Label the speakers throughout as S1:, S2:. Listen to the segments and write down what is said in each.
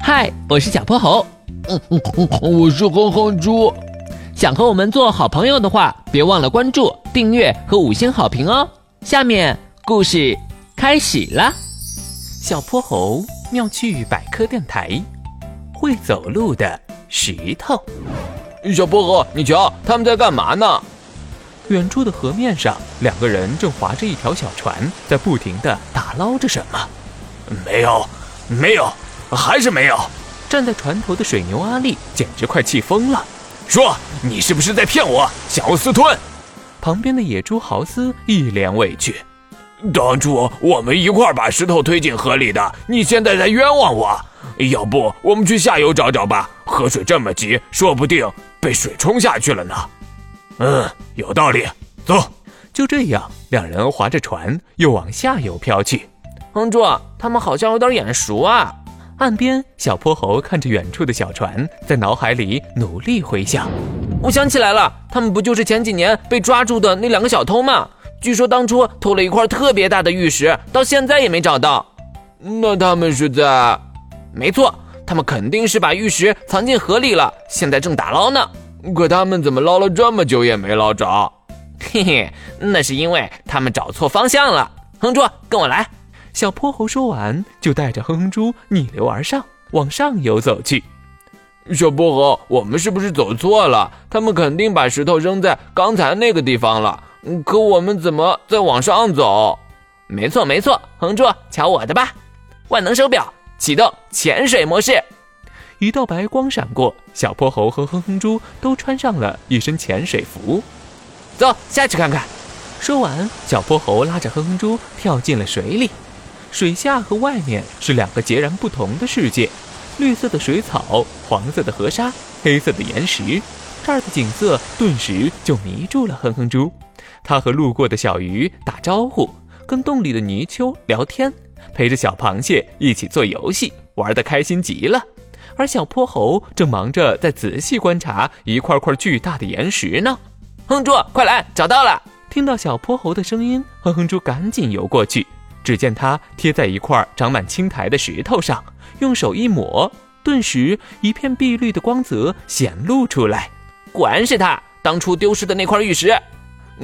S1: 嗨，我是小泼猴，
S2: 嗯嗯嗯，我是哼哼猪。
S1: 想和我们做好朋友的话，别忘了关注、订阅和五星好评哦。下面故事开始啦！
S3: 小泼猴妙趣百科电台，会走路的石头。
S2: 小薄荷，你瞧他们在干嘛呢？
S3: 远处的河面上，两个人正划着一条小船，在不停地打捞着什么。
S4: 没有，没有，还是没有。
S3: 站在船头的水牛阿力简直快气疯了。
S4: 说你是不是在骗我？想要私吞？
S3: 旁边的野猪豪斯一脸委屈。
S4: 当初我们一块儿把石头推进河里的，你现在在冤枉我。要不我们去下游找找吧？河水这么急，说不定被水冲下去了呢。嗯，有道理。走，
S3: 就这样，两人划着船又往下游飘去。
S5: 哼猪，他们好像有点眼熟啊！
S3: 岸边，小泼猴看着远处的小船，在脑海里努力回想。
S5: 我想起来了，他们不就是前几年被抓住的那两个小偷吗？据说当初偷了一块特别大的玉石，到现在也没找到。
S2: 那他们是在……
S5: 没错，他们肯定是把玉石藏进河里了，现在正打捞呢。
S2: 可他们怎么捞了这么久也没捞着？
S5: 嘿嘿，那是因为他们找错方向了。哼猪，跟我来。
S3: 小泼猴说完，就带着哼哼猪逆流而上，往上游走去。
S2: 小泼猴，我们是不是走错了？他们肯定把石头扔在刚才那个地方了。嗯可我们怎么再往上走？
S5: 没错，没错，哼猪，瞧我的吧！万能手表启动潜水模式。
S3: 一道白光闪过，小泼猴和哼哼猪都穿上了一身潜水服。
S5: 走下去看看。
S3: 说完，小泼猴拉着哼哼猪跳进了水里。水下和外面是两个截然不同的世界，绿色的水草，黄色的河沙，黑色的岩石。这儿的景色顿时就迷住了哼哼猪。他和路过的小鱼打招呼，跟洞里的泥鳅聊天，陪着小螃蟹一起做游戏，玩得开心极了。而小泼猴正忙着在仔细观察一块块巨大的岩石呢。
S5: 哼猪，快来，找到了！
S3: 听到小泼猴的声音，哼哼猪赶紧游过去。只见它贴在一块长满青苔的石头上，用手一抹，顿时一片碧绿的光泽显露出来。
S5: 果然是它，当初丢失的那块玉石。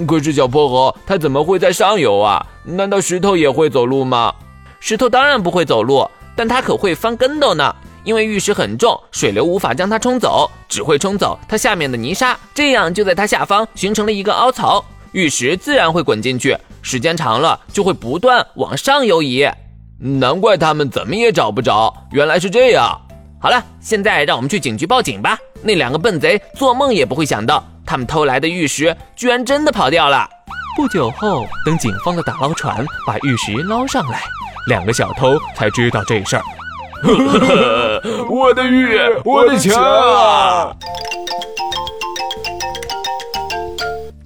S2: 可是小泼猴，它怎么会在上游啊？难道石头也会走路吗？
S5: 石头当然不会走路，但它可会翻跟斗呢。因为玉石很重，水流无法将它冲走，只会冲走它下面的泥沙，这样就在它下方形成了一个凹槽，玉石自然会滚进去。时间长了就会不断往上游移，
S2: 难怪他们怎么也找不着，原来是这样。
S5: 好了，现在让我们去警局报警吧。那两个笨贼做梦也不会想到，他们偷来的玉石居然真的跑掉了。
S3: 不久后，等警方的打捞船把玉石捞上来，两个小偷才知道这事儿。
S4: 我的玉，我的钱啊！